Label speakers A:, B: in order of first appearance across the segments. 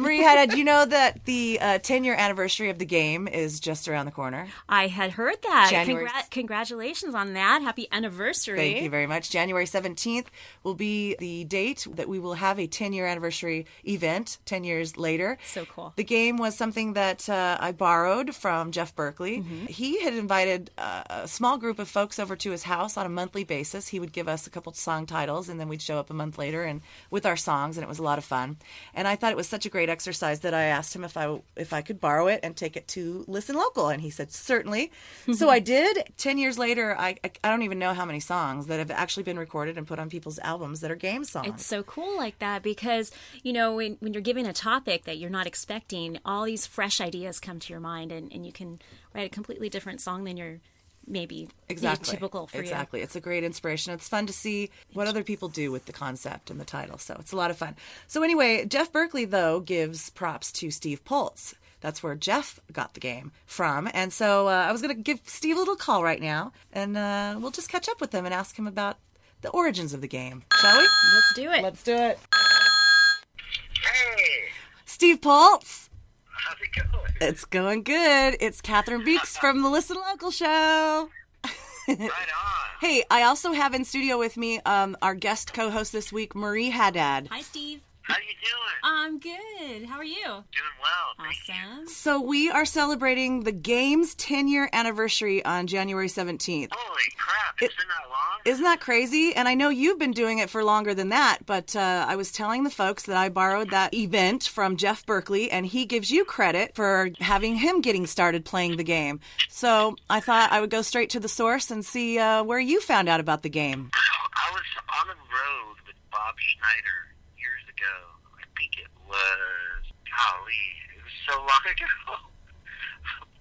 A: Marie Hedda, do you know that the uh, 10 year anniversary of the game is just around the corner?
B: I had heard that.
A: January-
B: Congra- congratulations on that. Happy anniversary.
A: Thank you very much. January 17th will be the date that we will have a 10 year anniversary event 10 years later.
B: So cool.
A: The game was something that uh, I borrowed from Jeff Berkeley.
B: Mm-hmm.
A: He had invited uh, a small group of folks over to his house on a monthly basis. He would give us a couple song titles, and then we'd show up a month later and with our songs, and it was a lot of fun. And I thought it was such a great exercise that I asked him if I if I could borrow it and take it to Listen Local, and he said certainly. so I did. Ten years later, I, I I don't even know how many songs that have actually been recorded and put on people's albums that are game songs.
B: It's so cool like that because, you know, when, when you're given a topic that you're not expecting, all these fresh ideas come to your mind and, and you can write a completely different song than your maybe
A: exactly
B: typical for you.
A: exactly it's a great inspiration it's fun to see what other people do with the concept and the title so it's a lot of fun so anyway jeff berkeley though gives props to steve pultz that's where jeff got the game from and so uh, i was going to give steve a little call right now and uh, we'll just catch up with him and ask him about the origins of the game shall we
B: Let's do it.
A: do it
C: Hey,
A: steve pultz
C: how's it going?
A: it's going good it's catherine beeks from the listen local show
C: Right on.
A: Hey, I also have in studio with me um, our guest co-host this week, Marie Haddad.
B: Hi, Steve.
C: How you doing?
B: I'm good. How are you?
C: Doing well.
B: Uh,
C: Thank
B: Awesome.
A: So we are celebrating the game's 10-year anniversary on January 17th.
C: you. Holy crap! It's been that long.
A: Isn't that crazy? And I know you've been doing it for longer than that, but uh, I was telling the folks that I borrowed that event from Jeff Berkeley, and he gives you credit for having him getting started playing the game. So I thought I would go straight to the source and see uh, where you found out about the game.
C: I was on the road with Bob Schneider years ago. I think it was golly, it was so long ago.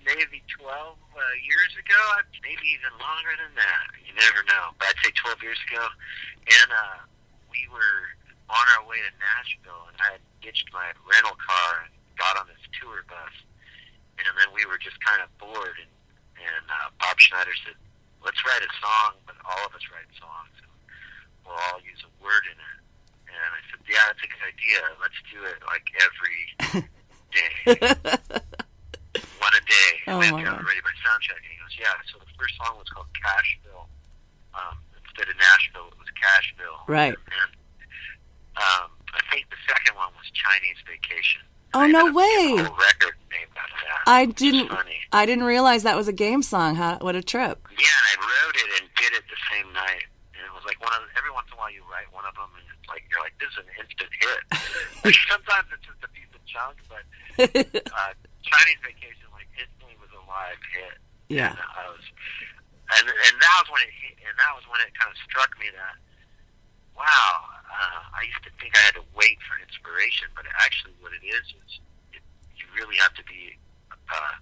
C: maybe twelve uh, years ago. Maybe even longer than that. You never know. But I'd say twelve years ago. And uh, we were on our way to Nashville, and I had ditched my rental car and got on this tour bus. And then we were just kind of bored, and and uh, Bob Schneider said, "Let's write a song, but all of us write songs." And we'll all use a word in it. And I said, yeah, that's a good idea. Let's do it like every day. One a day.
A: Oh,
C: and then
A: my
C: got
A: God.
C: ready by sound check. And he goes, yeah. So the first song was called Cashville. Um, instead of Nashville, it was Cashville.
A: Right.
C: And um, I think the second one was Chinese Vacation.
A: Oh,
C: I
A: no
C: ended up getting
A: way.
C: A whole record named after that.
A: I
C: which is
A: didn't.
C: Funny.
A: I didn't realize that was a game song. Huh? What a trip!
C: Yeah, and I wrote it and did it the same night. And it was like one of every once in a while you write one of them and it's like you're like this is an instant hit. Like, Sometimes it's just a piece of junk, but uh, Chinese Vacation like instantly was a live hit.
A: Yeah.
C: and I was, and, and that was when it hit, and that was when it kind of struck me that wow, uh, I used to think I had to wait for inspiration, but actually, what it is is it, you really have to be uh,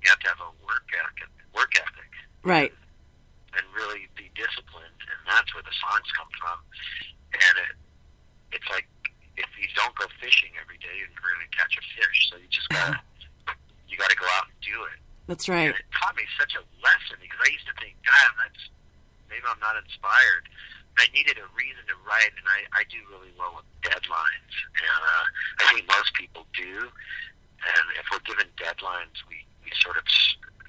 C: you have to have a work ethic, work ethic
A: Right.
C: and really be disciplined, and that's where the songs come from. And it, it's like if you don't go fishing every day, you're never going to catch a fish. So you just gotta you gotta go out and do it.
A: That's right.
C: And it taught me such a lesson because I used to think, God, I'm not, maybe I'm not inspired. But I needed a reason to write, and I, I do really well with deadlines. And uh, I think most people do. And if we're given deadlines, we, we sort of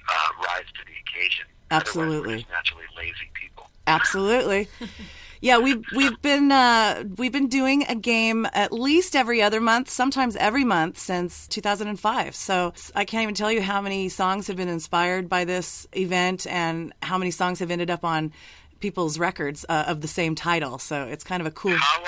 C: uh, rise to the occasion. Otherwise,
A: Absolutely.
C: We're just naturally lazy people.
A: Absolutely. Yeah, we've we've been uh, we've been doing a game at least every other month, sometimes every month since 2005. So I can't even tell you how many songs have been inspired by this event, and how many songs have ended up on people's records uh, of the same title. So it's kind of a cool.
C: How, uh,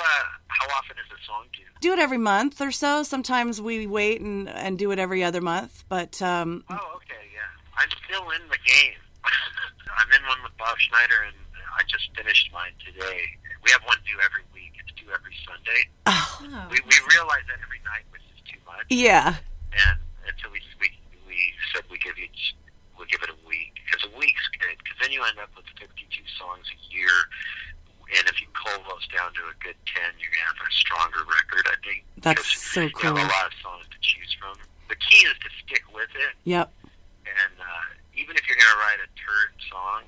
C: how often is a song due?
A: Do it every month or so. Sometimes we wait and, and do it every other month, but um,
C: Oh, okay, yeah. I'm still in the game. I'm in one with Bob Schneider, and I just finished mine today. We have one due every week. It's due every Sunday.
B: Oh,
C: We, we realize that every night, which is too much,
A: yeah,
C: and, and so we, we we said we give each we give it a week because a week's good because then you end up with 52 songs a year, and if you cull those down to a good 10, you're gonna have a stronger record. I think
A: That's
C: 'cause
A: so
C: You
A: cool.
C: have a lot of songs to choose from. The key is to stick with it
A: yep.
C: and uh, even if you're going to write a turd song,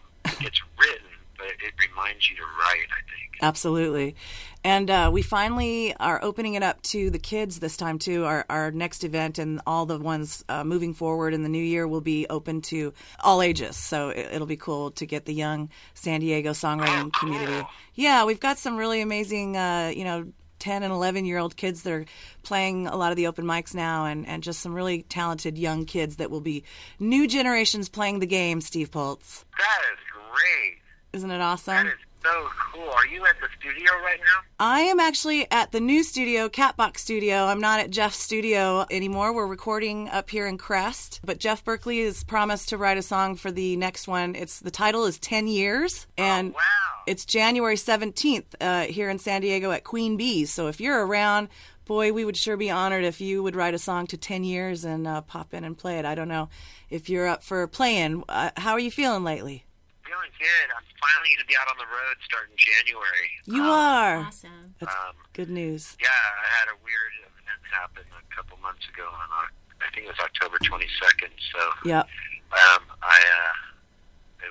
C: it's written, but it reminds you to write. I think.
A: Absolutely. And uh, we finally are opening it up to the kids this time too. Our our next event and all the ones uh, moving forward in the new year will be open to all ages. So it, it'll be cool to get the young San Diego songwriting community. Yeah, we've got some really amazing, uh, you know, 10 and 11 year old kids that are playing a lot of the open mics now and, and just some really talented young kids that will be new generations playing the game, Steve Pultz.
C: That is great.
A: Isn't it
C: That
A: awesome?
C: is so cool. Are you at the studio right now?
A: I am actually at the new studio, Catbox Studio. I'm not at Jeff's studio anymore. We're recording up here in Crest, but Jeff Berkeley has promised to write a song for the next one. It's the title is 10 years and
C: Oh, wow.
A: it's January 17th uh, here in San Diego at Queen Bee's. So if you're around, boy, we would sure be honored if you would write a song to 10 years and uh, pop in and play it. I don't know if you're up for playing. Uh, how are you feeling lately?
C: Feeling good. I'm finally going to be out on the road starting January.
A: You are.
B: Awesome.
A: That's good news.
C: Yeah, I had a weird event happen a couple months ago on, Oc- I think it was October 22nd. So
A: Yep.
C: um, I, uh,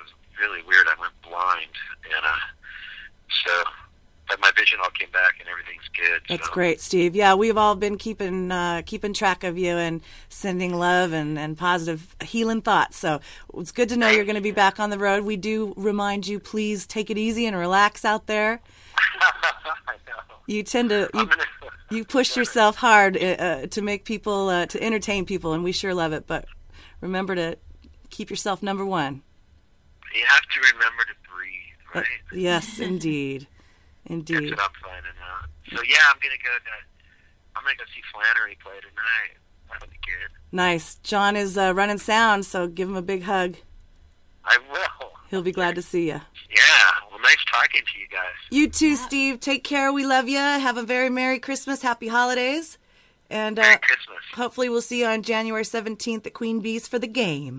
C: it was really weird. I went blind, and uh, so, but my vision all came back, and everything's good.
A: That's
C: so.
A: great, Steve. Yeah, we've all been keeping uh, keeping track of you and sending love and, and positive healing thoughts. So it's good to know you're going to be back on the road. We do remind you, please take it easy and relax out there.
C: I know.
A: You tend to you,
C: I'm gonna-
A: you push yourself hard uh, uh, to make people uh, to entertain people, and we sure love it. But remember to keep yourself number one.
C: You have to remember to breathe,
A: Uh,
C: right?
A: yes, indeed,
C: That's
A: indeed.
C: what I'm finding out. So yeah, I'm gonna go to. I'm gonna go see Flannery play tonight. That'll be good.
A: Nice. John is uh, running sound, so give him a big hug.
C: I will.
A: He'll be glad to see you.
C: Yeah. Well, nice talking to you guys.
A: You too, Steve. Take care. We love you. Have a very Merry Christmas. Happy holidays. And uh,
C: Merry Christmas.
A: hopefully, we'll see you on January 17th at Queen Bee's for the game.